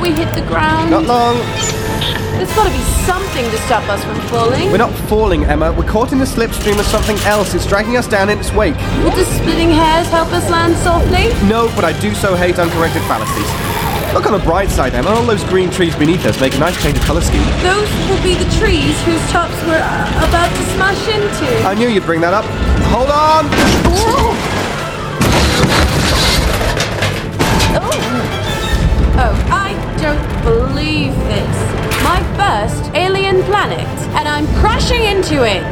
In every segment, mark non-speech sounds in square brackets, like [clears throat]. we hit the ground? Not long. There's got to be something to stop us from falling. We're not falling, Emma. We're caught in the slipstream of something else. It's dragging us down in its wake. Will the splitting hairs help us land softly? No, but I do so hate uncorrected fallacies. Look on the bright side, Emma. All those green trees beneath us make a nice change of colour scheme. Those will be the trees whose tops we're uh, about to smash into. I knew you'd bring that up. Hold on! Oh, I don't believe this. My first alien planet, and I'm crashing into it.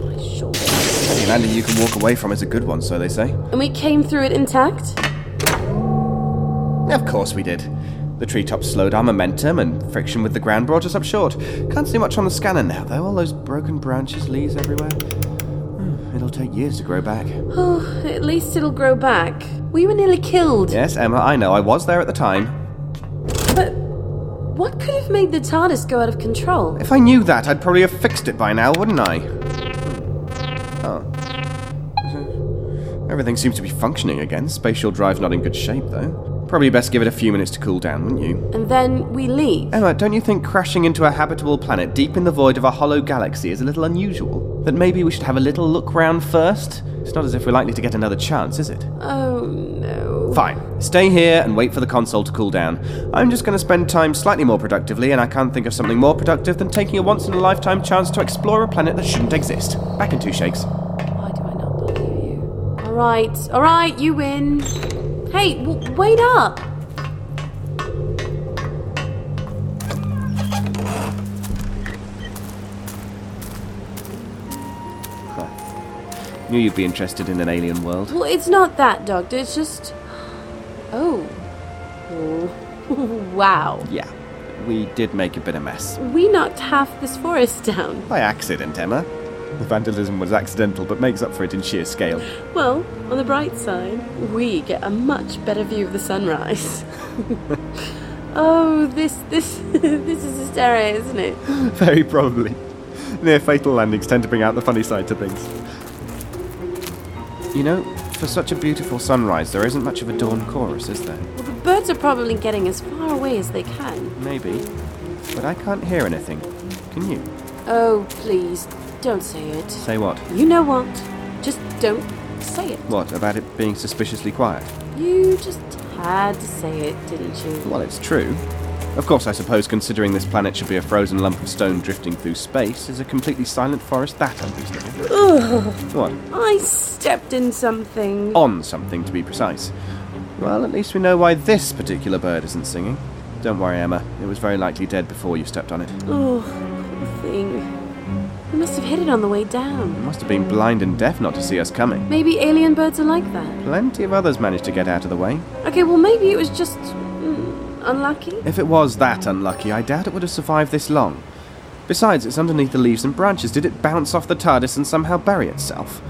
The landing you can walk away from is a good one, so they say. And we came through it intact? [sighs] Of course we did. The treetops slowed our momentum, and friction with the ground brought us up short. Can't see much on the scanner now, though. All those broken branches, leaves everywhere. Hmm, It'll take years to grow back. Oh, at least it'll grow back. We were nearly killed. Yes, Emma, I know. I was there at the time. But what could have made the TARDIS go out of control? If I knew that, I'd probably have fixed it by now, wouldn't I? Oh. Everything seems to be functioning again. Spatial drive's not in good shape, though. Probably best give it a few minutes to cool down, wouldn't you? And then we leave. Emma, don't you think crashing into a habitable planet deep in the void of a hollow galaxy is a little unusual? That maybe we should have a little look round first? It's not as if we're likely to get another chance, is it? Oh no. Fine. Stay here and wait for the console to cool down. I'm just going to spend time slightly more productively, and I can't think of something more productive than taking a once in a lifetime chance to explore a planet that shouldn't exist. Back in two shakes. Why do I not believe you? Alright, alright, you win. Hey, w- wait up! Knew you'd be interested in an alien world. Well, it's not that, Doctor, it's just. Oh. [laughs] Oh. wow. Yeah, we did make a bit of mess. We knocked half this forest down. By accident, Emma. The vandalism was accidental, but makes up for it in sheer scale. Well, on the bright side, we get a much better view of the sunrise. [laughs] oh, this this [laughs] this is hysteria, isn't it? [laughs] Very probably. Near fatal landings tend to bring out the funny side to things. You know, for such a beautiful sunrise, there isn't much of a dawn chorus, is there? Well, the birds are probably getting as far away as they can. Maybe. But I can't hear anything. Can you? Oh, please, don't say it. Say what? You know what? Just don't say it. What, about it being suspiciously quiet? You just had to say it, didn't you? Well, it's true. Of course, I suppose considering this planet should be a frozen lump of stone drifting through space, is a completely silent forest that unreasonable? What? I stepped in something. On something, to be precise. Well, at least we know why this particular bird isn't singing. Don't worry, Emma. It was very likely dead before you stepped on it. Oh, poor thing. We must have hit it on the way It down. must have been blind and deaf not to see us coming. Maybe alien birds are like that. Plenty of others managed to get out of the way. Okay, well, maybe it was just mm, unlucky. If it was that unlucky, I doubt it would have survived this long. Besides, it's underneath the leaves and branches. Did it bounce off the TARDIS and somehow bury itself?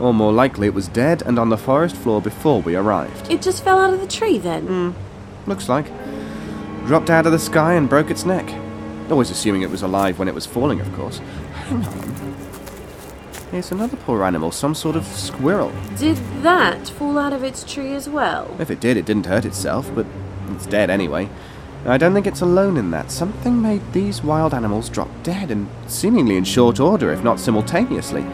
Or more likely, it was dead and on the forest floor before we arrived. It just fell out of the tree then. Looks like. Dropped out of the sky and broke its neck. Always assuming it was alive when it was falling, of course. Hang on. Here's another poor animal, some sort of squirrel. Did that fall out of its tree as well? If it did, it didn't hurt itself, but it's dead anyway. I don't think it's alone in that. Something made these wild animals drop dead, and seemingly in short order, if not simultaneously.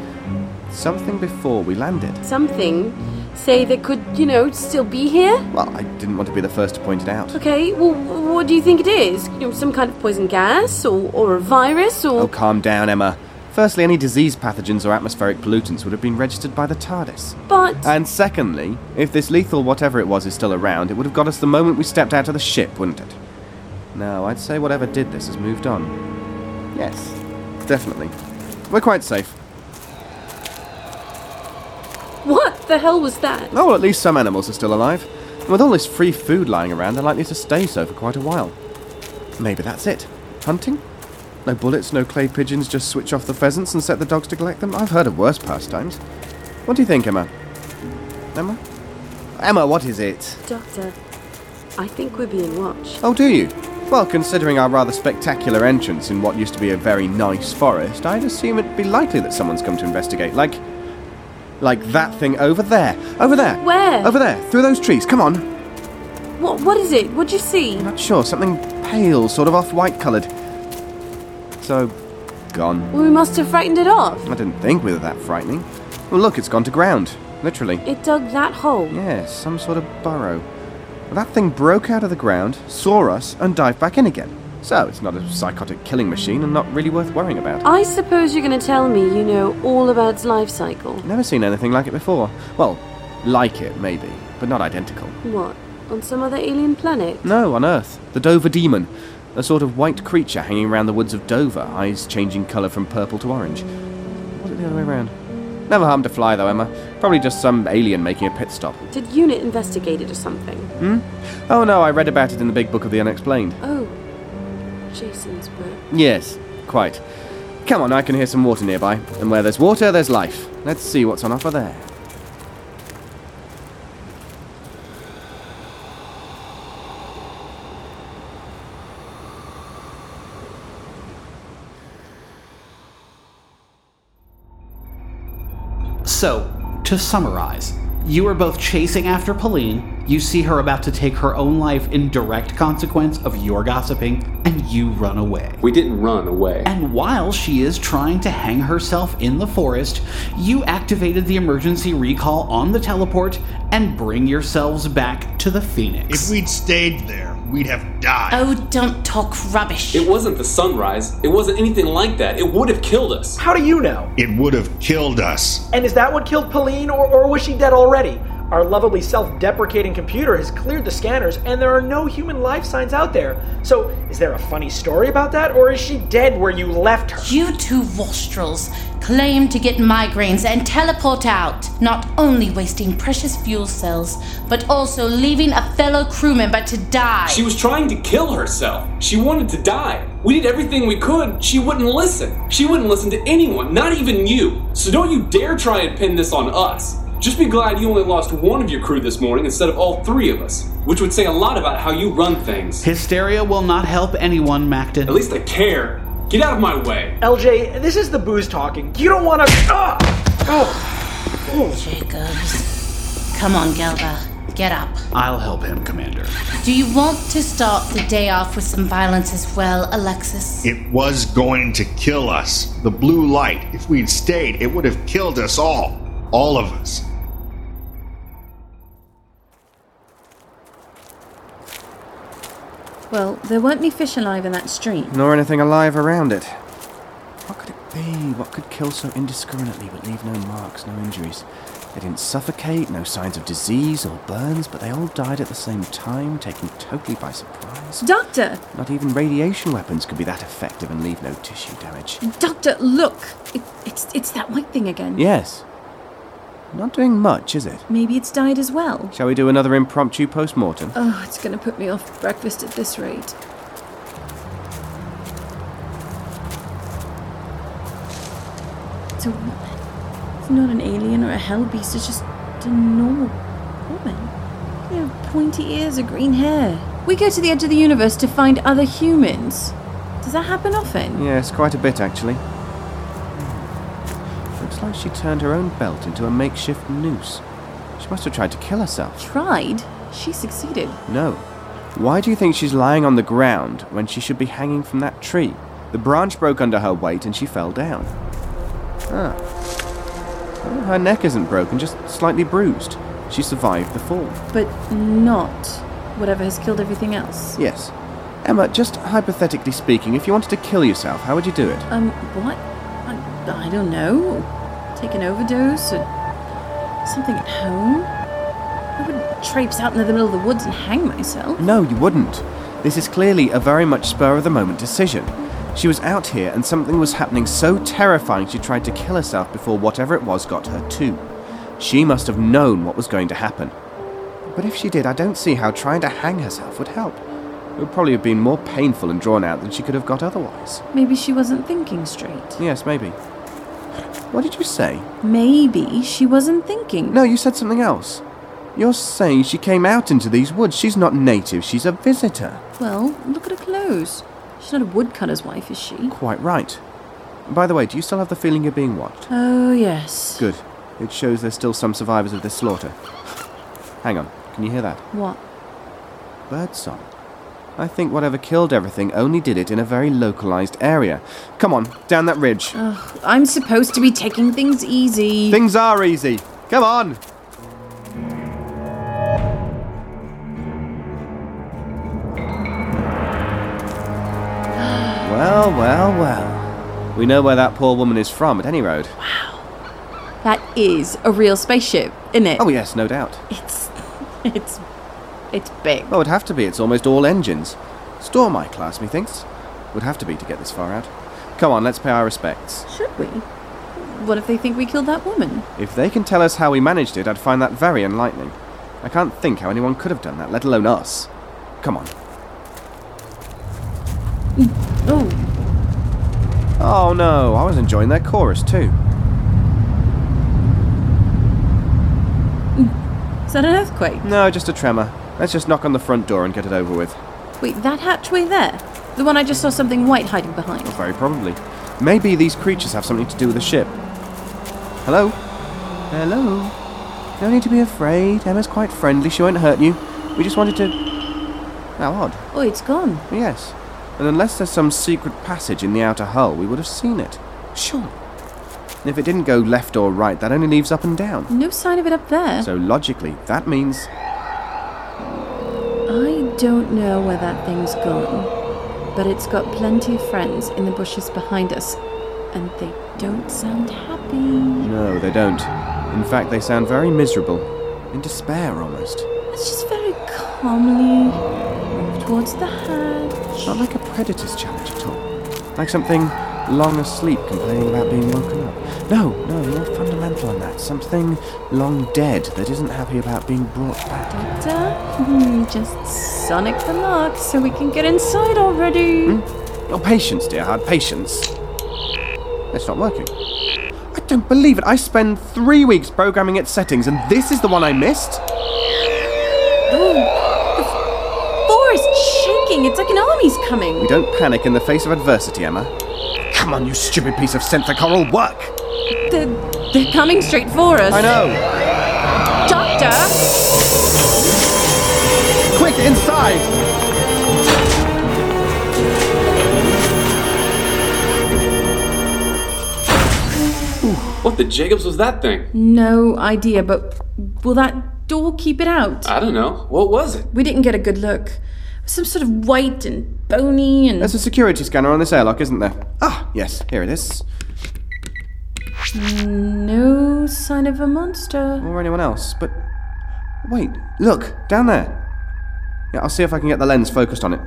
Something before we landed. Something say that could, you know, still be here? Well, I didn't want to be the first to point it out. Okay, well, wh- what do you think it is? You know, some kind of poison gas or, or a virus or. Oh, calm down, Emma. Firstly, any disease pathogens or atmospheric pollutants would have been registered by the TARDIS. But. And secondly, if this lethal whatever it was is still around, it would have got us the moment we stepped out of the ship, wouldn't it? No, I'd say whatever did this has moved on. Yes, definitely. We're quite safe. what the hell was that? Oh, well, at least some animals are still alive. And with all this free food lying around, they're likely to stay so for quite a while. Maybe that's it. Hunting? No bullets, no clay pigeons, just switch off the pheasants and set the dogs to collect them? I've heard of worse pastimes. What do you think, Emma? Emma? Emma, what is it? Doctor, I think we're being watched. Oh, do you? Well, considering our rather spectacular entrance in what used to be a very nice forest, I'd assume it'd be likely that someone's come to investigate. Like. like that thing over there. Over there. Where? Over there. Through those trees. Come on. What, what is it? What'd you see? Not sure. Something pale, sort of off white coloured. So. gone. Well, we must have frightened it off. I didn't think we were that frightening. Well, look, it's gone to ground. Literally. It dug that hole. Yes, some sort of burrow. That thing broke out of the ground, saw us, and dived back in again. So it's not a psychotic killing machine and not really worth worrying about. I suppose you're going to tell me you know all about its life cycle. Never seen anything like it before. Well, like it, maybe, but not identical. What? On some other alien planet? No, on Earth. The Dover Demon. A sort of white creature hanging around the woods of Dover, eyes changing colour from purple to orange. Was it the other way around? Never harmed a fly, though, Emma. Probably just some alien making a pit stop. Did UNIT investigate it or something? Oh no, I read about it in the big book of the unexplained. Oh, Jason's book. Yes, quite. Come on, I can hear some water nearby, and where there's water, there's life. Let's see what's on offer there. So, to summarize, you are both chasing after Pauline, you see her about to take her own life in direct consequence of your gossiping, and you run away. We didn't run away. And while she is trying to hang herself in the forest, you activated the emergency recall on the teleport and bring yourselves back to the Phoenix. If we'd stayed there, we'd have died. Oh, don't talk rubbish. It wasn't the sunrise. It wasn't anything like that. It would have killed us. How do you know? It would have killed us. And is that what killed Pauline, or, or was she dead already? Our lovably self deprecating computer has cleared the scanners, and there are no human life signs out there. So, is there a funny story about that, or is she dead where you left her? You two wastrels claim to get migraines and teleport out, not only wasting precious fuel cells, but also leaving a fellow crew member to die. She was trying to kill herself. She wanted to die. We did everything we could. She wouldn't listen. She wouldn't listen to anyone, not even you. So don't you dare try and pin this on us. Just be glad you only lost one of your crew this morning instead of all three of us, which would say a lot about how you run things. Hysteria will not help anyone, Macton. At least I care. Get out of my way. LJ, this is the booze talking. You don't wanna. Ah! Oh! Jacobs. Come on, Gelba. Get up. I'll help him, Commander. Do you want to start the day off with some violence as well, Alexis? It was going to kill us. The blue light, if we'd stayed, it would have killed us all. All of us. Well, there weren't any fish alive in that stream. Nor anything alive around it. What could it be? What could kill so indiscriminately but leave no marks, no injuries? They didn't suffocate, no signs of disease or burns, but they all died at the same time, taken totally by surprise. Doctor! Not even radiation weapons could be that effective and leave no tissue damage. Doctor, look! It, it's, it's that white thing again. Yes. Not doing much, is it? Maybe it's died as well. Shall we do another impromptu post mortem? Oh, it's gonna put me off breakfast at this rate. It's a woman. It's not an alien or a hell beast, it's just a normal woman. You know, pointy ears or green hair. We go to the edge of the universe to find other humans. Does that happen often? Yes, quite a bit actually. Looks like she turned her own belt into a makeshift noose. She must have tried to kill herself. Tried. She succeeded. No. Why do you think she's lying on the ground when she should be hanging from that tree? The branch broke under her weight and she fell down. Ah. Well, her neck isn't broken, just slightly bruised. She survived the fall. But not whatever has killed everything else. Yes. Emma, just hypothetically speaking, if you wanted to kill yourself, how would you do it? Um, what? I, I don't know. Take an overdose or something at home? I wouldn't traipse out into the middle of the woods and hang myself. No, you wouldn't. This is clearly a very much spur of the moment decision. She was out here and something was happening so terrifying she tried to kill herself before whatever it was got her too. She must have known what was going to happen. But if she did, I don't see how trying to hang herself would help. It would probably have been more painful and drawn out than she could have got otherwise. Maybe she wasn't thinking straight. Yes, maybe. What did you say? Maybe she wasn't thinking. No, you said something else. You're saying she came out into these woods. She's not native, she's a visitor. Well, look at her clothes. She's not a woodcutter's wife, is she? Quite right. By the way, do you still have the feeling you're being watched? Oh, yes. Good. It shows there's still some survivors of this slaughter. Hang on, can you hear that? What? Birdsong. I think whatever killed everything only did it in a very localized area. Come on, down that ridge. I'm supposed to be taking things easy. Things are easy. Come on. Well, well, well. We know where that poor woman is from at any road. that is a real spaceship, isn't it? Oh, yes, no doubt. It's. [laughs] It's. It's big. Oh, it'd have to be. It's almost all engines. Store my class, methinks. Would have to be to get this far out. Come on, let's pay our respects. Should we? What if they think we killed that woman? If they can tell us how we managed it, I'd find that very enlightening. I can't think how anyone could have done that, let alone us. Come on. Oh, Oh no, I was enjoying their chorus too. is that an earthquake? No, just a tremor. Let's just knock on the front door and get it over with. Wait, that hatchway there? The one I just saw something white hiding behind. Very probably. Maybe these creatures have something to do with the ship. Hello? Hello? No need to be afraid. Emma's quite friendly. She won't hurt you. We just wanted to. How odd. Oh, it's gone. Yes. And unless there's some secret passage in the outer hull, we would have seen it. Sure. And if it didn't go left or right, that only leaves up and down. No sign of it up there. So logically, that means. I don't know where that thing's gone, but it's got plenty of friends in the bushes behind us, and they don't sound happy. No, they don't. In fact, they sound very miserable. In despair, almost. Let's just very calmly move towards the hatch. Not like a predator's challenge at all. Like something long asleep complaining about being woken up. No, no, more fundamental than that. Something long dead that isn't happy about being brought back. Doctor, hmm, just sonic the lock so we can get inside already. Oh, patience, dear heart, patience. It's not working. I don't believe it. I spend three weeks programming its settings, and this is the one I missed? Forest shaking. It's like an army's We coming. don't panic in the face of adversity, Emma. Come on, you stupid piece of synthocoral work! They're, they're coming straight for us. I know! Doctor. Quick, inside! What the Jacobs was that thing? No idea, but will that door keep it out? I don't know. What was it? We didn't get a good look. Some sort of white and bony and. There's a security scanner on this airlock, isn't there? Ah, yes, here it is. No sign of a monster. or anyone else, but. Wait, look, down there. Yeah, I'll see if I can get the lens focused on it.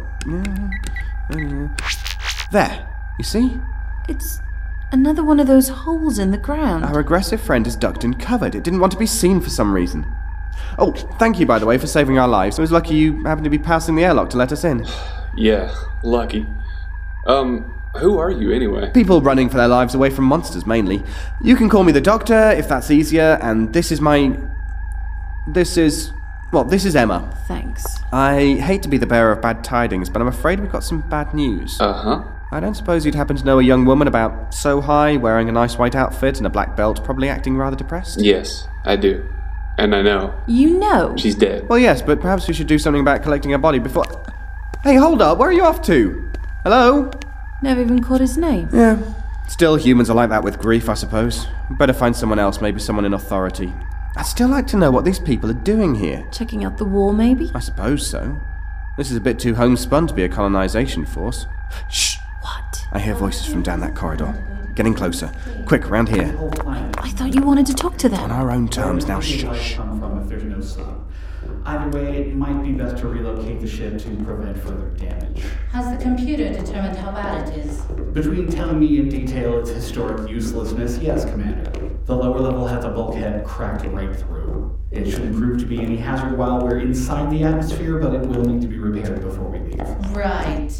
There, you see? It's another one of those holes in the ground. Our aggressive friend is ducked and covered. It didn't want to be seen for some reason. Oh, thank you, by the way, for saving our lives. It was lucky you happened to be passing the airlock to let us in. Yeah, lucky. Um, who are you anyway? People running for their lives away from monsters, mainly. You can call me the doctor if that's easier, and this is my. This is. Well, this is Emma. Thanks. I hate to be the bearer of bad tidings, but I'm afraid we've got some bad news. Uh huh. I don't suppose you'd happen to know a young woman about so high, wearing a nice white outfit and a black belt, probably acting rather depressed? Yes, I do. And I know. You know. She's dead. Well, yes, but perhaps we should do something about collecting her body before. Hey, hold up, where are you off to? Hello? Never even caught his name. Yeah. Still, humans are like that with grief, I suppose. Better find someone else, maybe someone in authority. I'd still like to know what these people are doing here. Checking out the war, maybe? I suppose so. This is a bit too homespun to be a colonization force. Shh! What? I hear voices from down that corridor. Getting closer. Quick, round here. I thought you wanted to talk to On them. our own terms, now shush. come from if there's no storm. Either way, it might be best to relocate the ship to prevent further damage. Has the computer determined how bad it is? Between telling me in detail its historic uselessness, yes, Commander. The lower level has a bulkhead cracked right through. It shouldn't prove to be any hazard while we're inside the atmosphere, but it will need to be repaired before we leave. Right.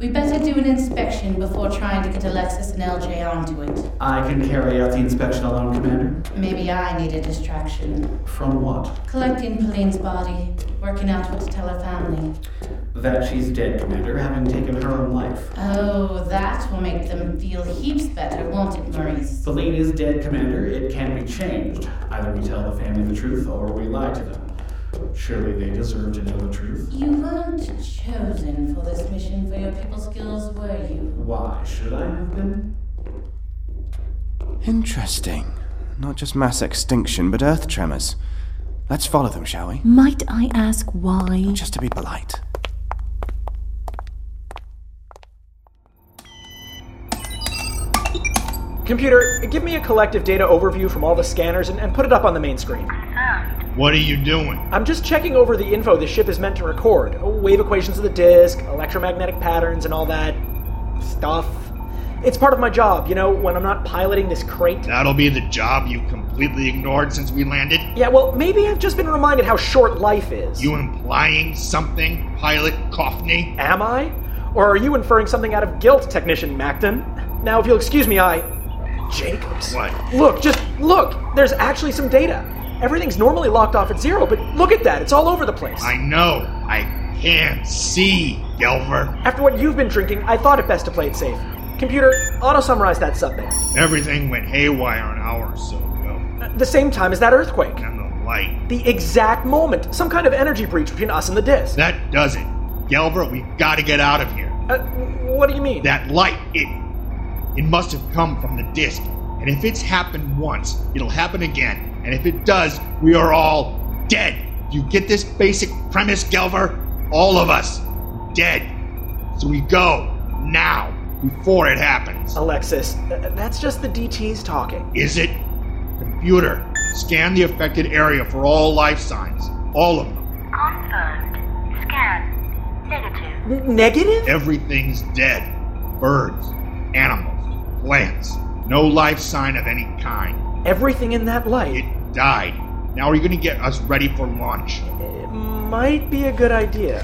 We better do an inspection before trying to get Alexis and LJ onto it. I can carry out the inspection alone, Commander. Maybe I need a distraction. From what? Collecting Pauline's body, working out what to tell her family. That she's dead, Commander, having taken her own life. Oh, that will make them feel heaps better, won't it, Maurice? Celine is dead, Commander. It can be changed. Either we tell the family the truth or we lie to them. Surely they deserve to know the truth. You weren't chosen for this mission for your people skills, were you? Why should I have been? Interesting. Not just mass extinction, but earth tremors. Let's follow them, shall we? Might I ask why? Just to be polite. Computer, give me a collective data overview from all the scanners and, and put it up on the main screen. What are you doing? I'm just checking over the info the ship is meant to record Oh, wave equations of the disk, electromagnetic patterns, and all that stuff. It's part of my job, you know, when I'm not piloting this crate. That'll be the job you completely ignored since we landed? Yeah, well, maybe I've just been reminded how short life is. You implying something, Pilot Coffney? Am I? Or are you inferring something out of guilt, Technician Macton? Now, if you'll excuse me, I. Jacobs. What? Look, just look! There's actually some data. Everything's normally locked off at zero, but look at that. It's all over the place. I know. I can't see, Gelver. After what you've been drinking, I thought it best to play it safe. Computer, auto summarize that sub there. Everything went haywire an hour or so ago. At The same time as that earthquake. And the light. The exact moment. Some kind of energy breach between us and the disk. That does it. Gelver, we've got to get out of here. Uh, what do you mean? That light, it it must have come from the disk. And if it's happened once, it'll happen again. And if it does, we are all dead. Do you get this basic premise, Gelver? All of us dead. So we go now before it happens. Alexis, th- that's just the DTs talking. Is it? Computer, scan the affected area for all life signs. All of them. Confirmed. Scan. Negative. N- negative? Everything's dead. Birds, animals, plants. No life sign of any kind. Everything in that light. It died. Now are you gonna get us ready for launch? It might be a good idea.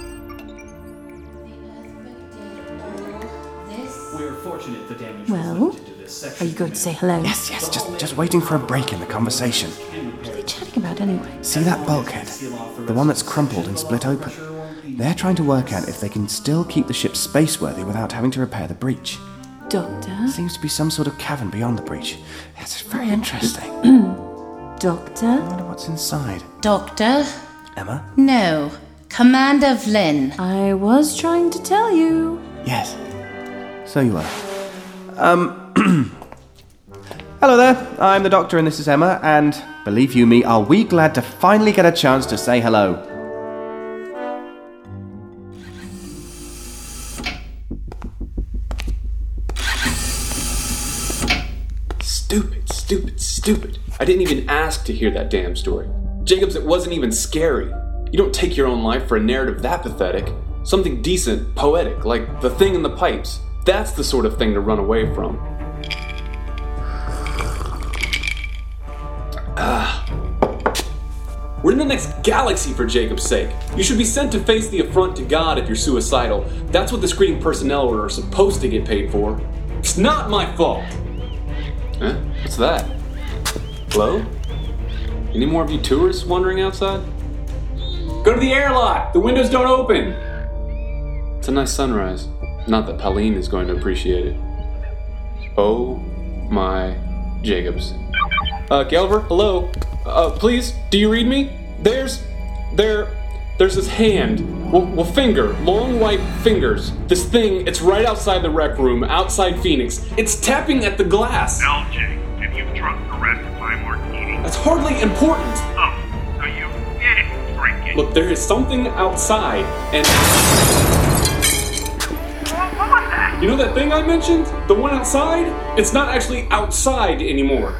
The earthquake did all this. We're fortunate the damage Well, limited to this section. Are you going to say hello? Yes, yes, just, just waiting for a break in the conversation. What are they chatting about anyway? See that bulkhead? The one that's crumpled and split open. They're trying to work out if they can still keep the ship spaceworthy without having to repair the breach. Doctor? Seems to be some sort of cavern beyond the breach. That's very interesting. I Doctor? wonder what's inside. Doctor? Emma? No. Commander Flynn. I was trying to tell you. Yes. So you are. Um. [clears throat] Hello there. I'm the Doctor, and this is Emma. And believe you me, are we glad to finally get a chance to say hello? Stupid, stupid, stupid. I didn't even ask to hear that damn story. Jacobs, it wasn't even scary. You don't take your own life for a narrative that pathetic. Something decent, poetic, like the thing in the pipes. That's the sort of thing to run away from. Ah. We're in the next galaxy for Jacob's sake. You should be sent to face the affront to God if you're suicidal. That's what the screening personnel are supposed to get paid for. It's not my fault. Huh? What's that? Hello? Any more of you tourists wandering outside? Go to the airlock! The windows don't open! It's a nice sunrise. Not that Pauline is going to appreciate it. Oh my Jacobs. Uh, Galver, hello? Uh, please, do you read me? There's. there. there's this hand. Well, well, finger. Long white fingers. This thing, it's right outside the rec room, outside Phoenix. It's tapping at the glass. LJ, If you've drunk the rest of my martini. That's hardly important. Oh, so you didn't drink it. Look, there is something outside, and What what was that? you know that thing I mentioned? The one outside? It's not actually outside anymore.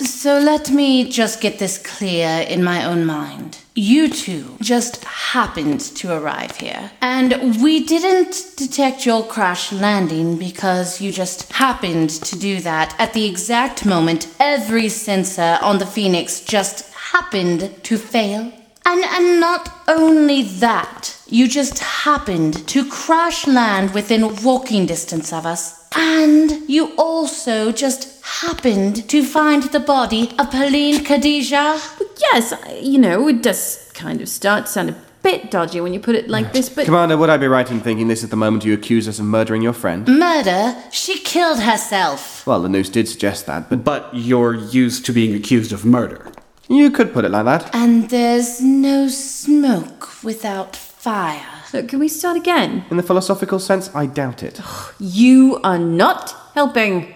So let me just get this clear in my own mind. You two just happened to arrive here, and we didn't detect your crash landing because you just happened to do that at the exact moment every sensor on the Phoenix just happened to fail. And, and not only that, you just happened to crash land within walking distance of us. And you also just happened to find the body of Pauline Khadija. Yes, I- you know, it does kind of start to sound a bit dodgy when you put it like this, but Commander, would I be right in thinking this is the moment you accuse us of murdering your friend? Mm. Murder, she killed herself. Well, the news did suggest that, but But you're used to being accused of murder. you could put it like that. And there's no smoke without fire. look, can we start again? In the philosophical sense, I doubt it. You are not helping.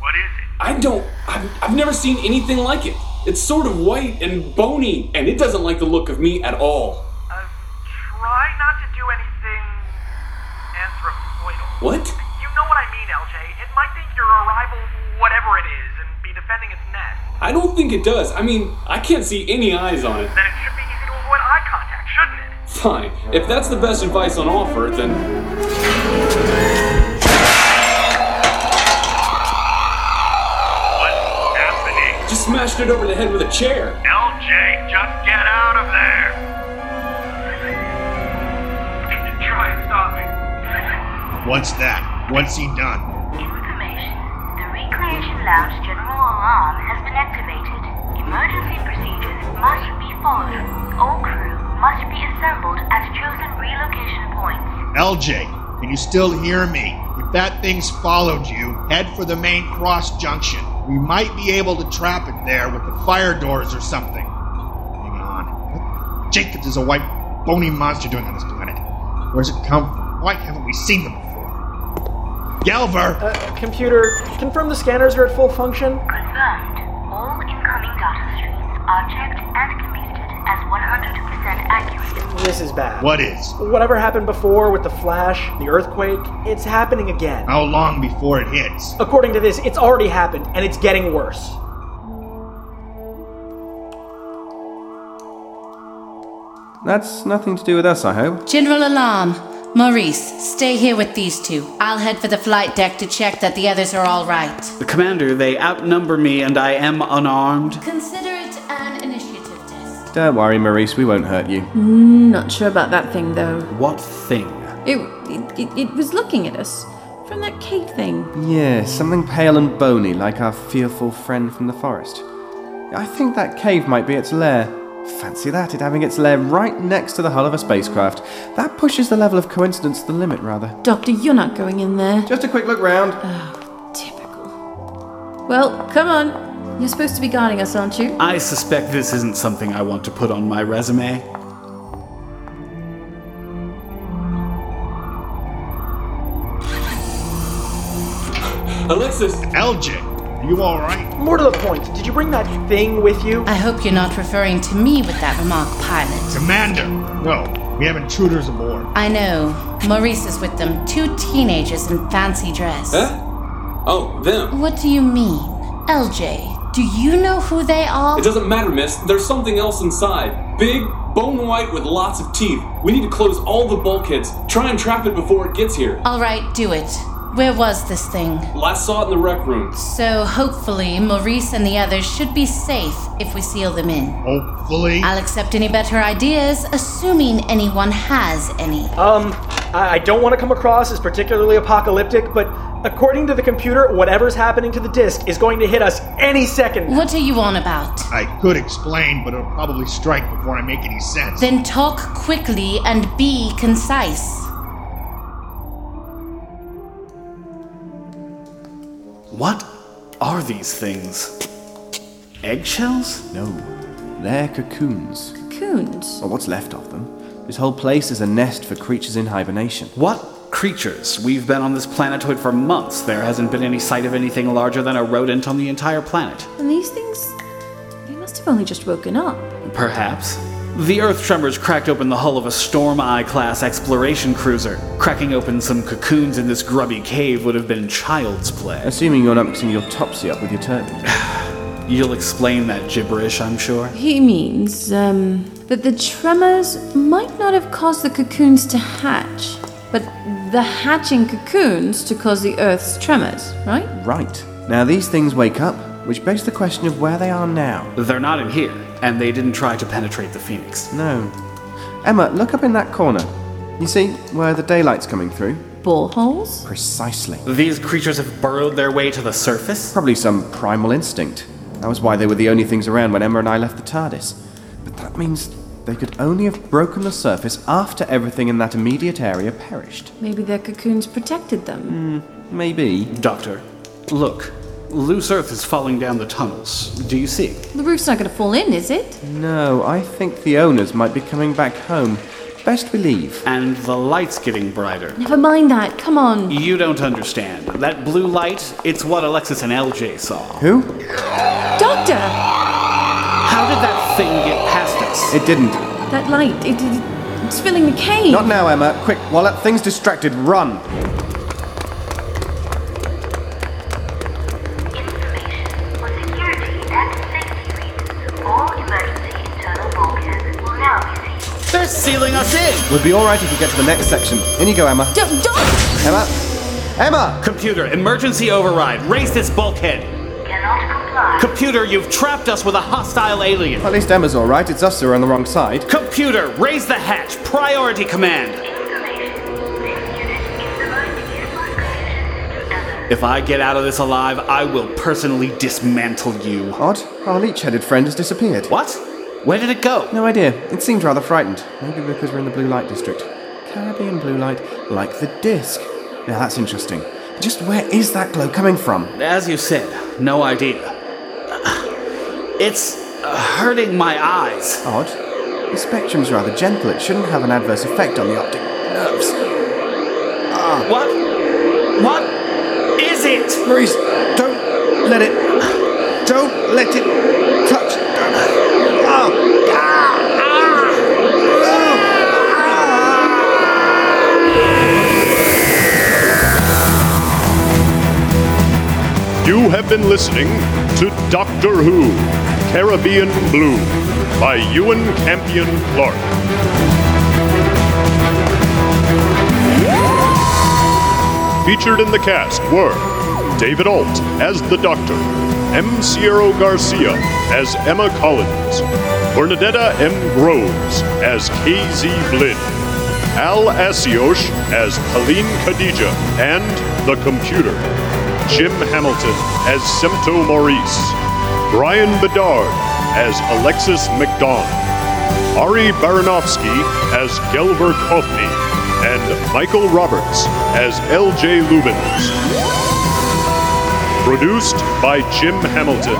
What is it? I don't. I've, I've never seen anything like it. It's sort of white and bony, and it doesn't like the look of me at all. Uh, try not to do anything anthropoidal. What? You know what I mean, LJ. It might think you're a rival, whatever it is, and be defending its nest. I don't think it does. I mean, I can't see any eyes on it. Then it should be easy to avoid eye contact, shouldn't it? Fine. If that's the best advice on offer, then. What's happening? Just smashed it over the head with a chair. LJ, just get out of there! Try and stop me. What's that? What's he done? Information. The Recreation Lounge general alarm has been activated. Emergency procedures must be followed. All crew must be assembled at chosen relocation points. LJ, can you still hear me? If that thing's followed you, head for the main cross junction. We might be able to trap it there with the fire doors or something. Hang on. What? Jacobs is a white, bony monster doing on this planet. Where's it come from? Why haven't we seen them before? Gelver! Uh, computer, confirm the scanners are at full function. Confirmed. All incoming data streams are checked and computed as 100% accurate. This is bad. What is? Whatever happened before with the flash, the earthquake, it's happening again. How long before it hits? According to this, it's already happened and it's getting worse. That's nothing to do with us, I hope. General Alarm. Maurice, stay here with these two. I'll head for the flight deck to check that the others are all right. The commander, they outnumber me and I am unarmed. Consider it an initiative test. Don't worry, Maurice, we won't hurt you. Not sure about that thing though. What thing? It it, it, it was looking at us from that cave thing. Yeah, something pale and bony, like our fearful friend from the forest. I think that cave might be its lair. Fancy that, it having its lair right next to the hull of a spacecraft. That pushes the level of coincidence to the limit, rather. Doctor, you're not going in there. Just a quick look round. Typical. Well, come on. You're supposed to be guarding us, aren't you? I suspect this isn't something I want to put on my resume. Alexis, LJ, are you alright? More to the point, did you bring that thing with you? I hope you're not referring to me with that remark, pilot. Commander! No, we have intruders aboard. I know. Maurice is with them, two teenagers in fancy dress. Huh? Oh, them. What do you mean? LJ, do you know who they are? It doesn't matter, miss. There's something else inside. Big, bone white with lots of teeth. We need to close all the bulkheads. Try and trap it before it gets here. Alright, do it. Where was this thing? Last saw it in the rec room. So hopefully, Maurice and the others should be safe if we seal them in. Hopefully. I'll accept any better ideas, assuming anyone has any. Um, I I don't want to come across as particularly apocalyptic, but according to the computer, whatever's happening to the disk is going to hit us any second. What are you on about? I could explain, but it'll probably strike before I make any sense. Then talk quickly and be concise. What are these things? Eggshells? No, they're cocoons. Cocoons. Or what's left of them. This whole place is a nest for creatures in hibernation. What creatures? We've been on this planetoid for months. There hasn't been any sight of anything larger than a rodent on the entire planet. And these things. They must have only just woken up. Perhaps. The earth tremors cracked open the hull of a Storm Eye class exploration cruiser. Cracking open some cocoons in this grubby cave would have been child's play. Assuming you're not mixing your topsy up with your turban. You'll explain that gibberish, I'm sure. He means um, that the tremors might not have caused the cocoons to hatch, but the hatching cocoons to cause the Earth's tremors, right? Right. Now these things wake up, which begs the question of where they are now. They're not in here, and they didn't try to penetrate the Phoenix. No. Emma, look up in that corner. You see where the daylight's coming through? Boreholes? Precisely. These creatures have burrowed their way to the surface? Probably some primal instinct. That was why they were the only things around when Emma and I left the TARDIS. But that means they could only have broken the surface after everything in that immediate area perished. Maybe their cocoons protected them. Maybe. Doctor, look. Loose earth is falling down the tunnels. Do you see? The roof's not gonna fall in, is it? No, I think the owners might be coming back home. Best we leave. And the light's getting brighter. Never mind that, come on. You don't understand. That blue light, it's what Alexis and LJ saw. Who? Doctor! How did that thing get past us? It didn't. That light, it, it- it's filling the cave. Not now, Emma. Quick, while that thing's distracted, run. For security and safety reasons, all emergency internal bulkheads will now be sealed. They're sealing us in! We'll be alright if you get to the next section. In you go, Emma. Don't, don't! Emma? Emma! Computer, emergency override. Raise this bulkhead. Cannot comply. Computer, you've trapped us with a hostile alien. At least Emma's alright. It's us who are on the wrong side. Computer, raise the hatch. Priority command. Information. This unit is the most useless computer system ever. If I get out of this alive, I will personally dismantle you. Odd. Our leech headed friend has disappeared. What? Where did it go? No idea. It seemed rather frightened. Maybe because we're in the blue light district. Caribbean blue light, like the disc. Now that's interesting. Just where is that glow coming from? As you said, no idea. It's uh, hurting my eyes. Odd. The spectrum's rather gentle. It shouldn't have an adverse effect on the optic nerves. What? What is it? Maurice, don't let it. Don't let it touch. Ah! Ah. You have been listening to Doctor Who Caribbean Blue by Ewan Campion Clark. Featured in the cast were David Alt as the Doctor, M. Sierra Garcia as Emma Collins, Bernadetta M. Groves as KZ Blinn, Al Asiosh as Helene Khadija and The Computer. Jim Hamilton as Semto Maurice, Brian Bedard as Alexis McDonald, Ari Baranovsky as Gelbert Hoffney, and Michael Roberts as L.J. Lubins. Produced by Jim Hamilton.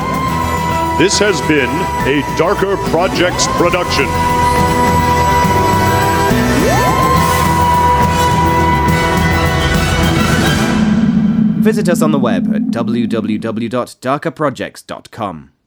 This has been a Darker Projects production. Visit us on the web at www.darkerprojects.com.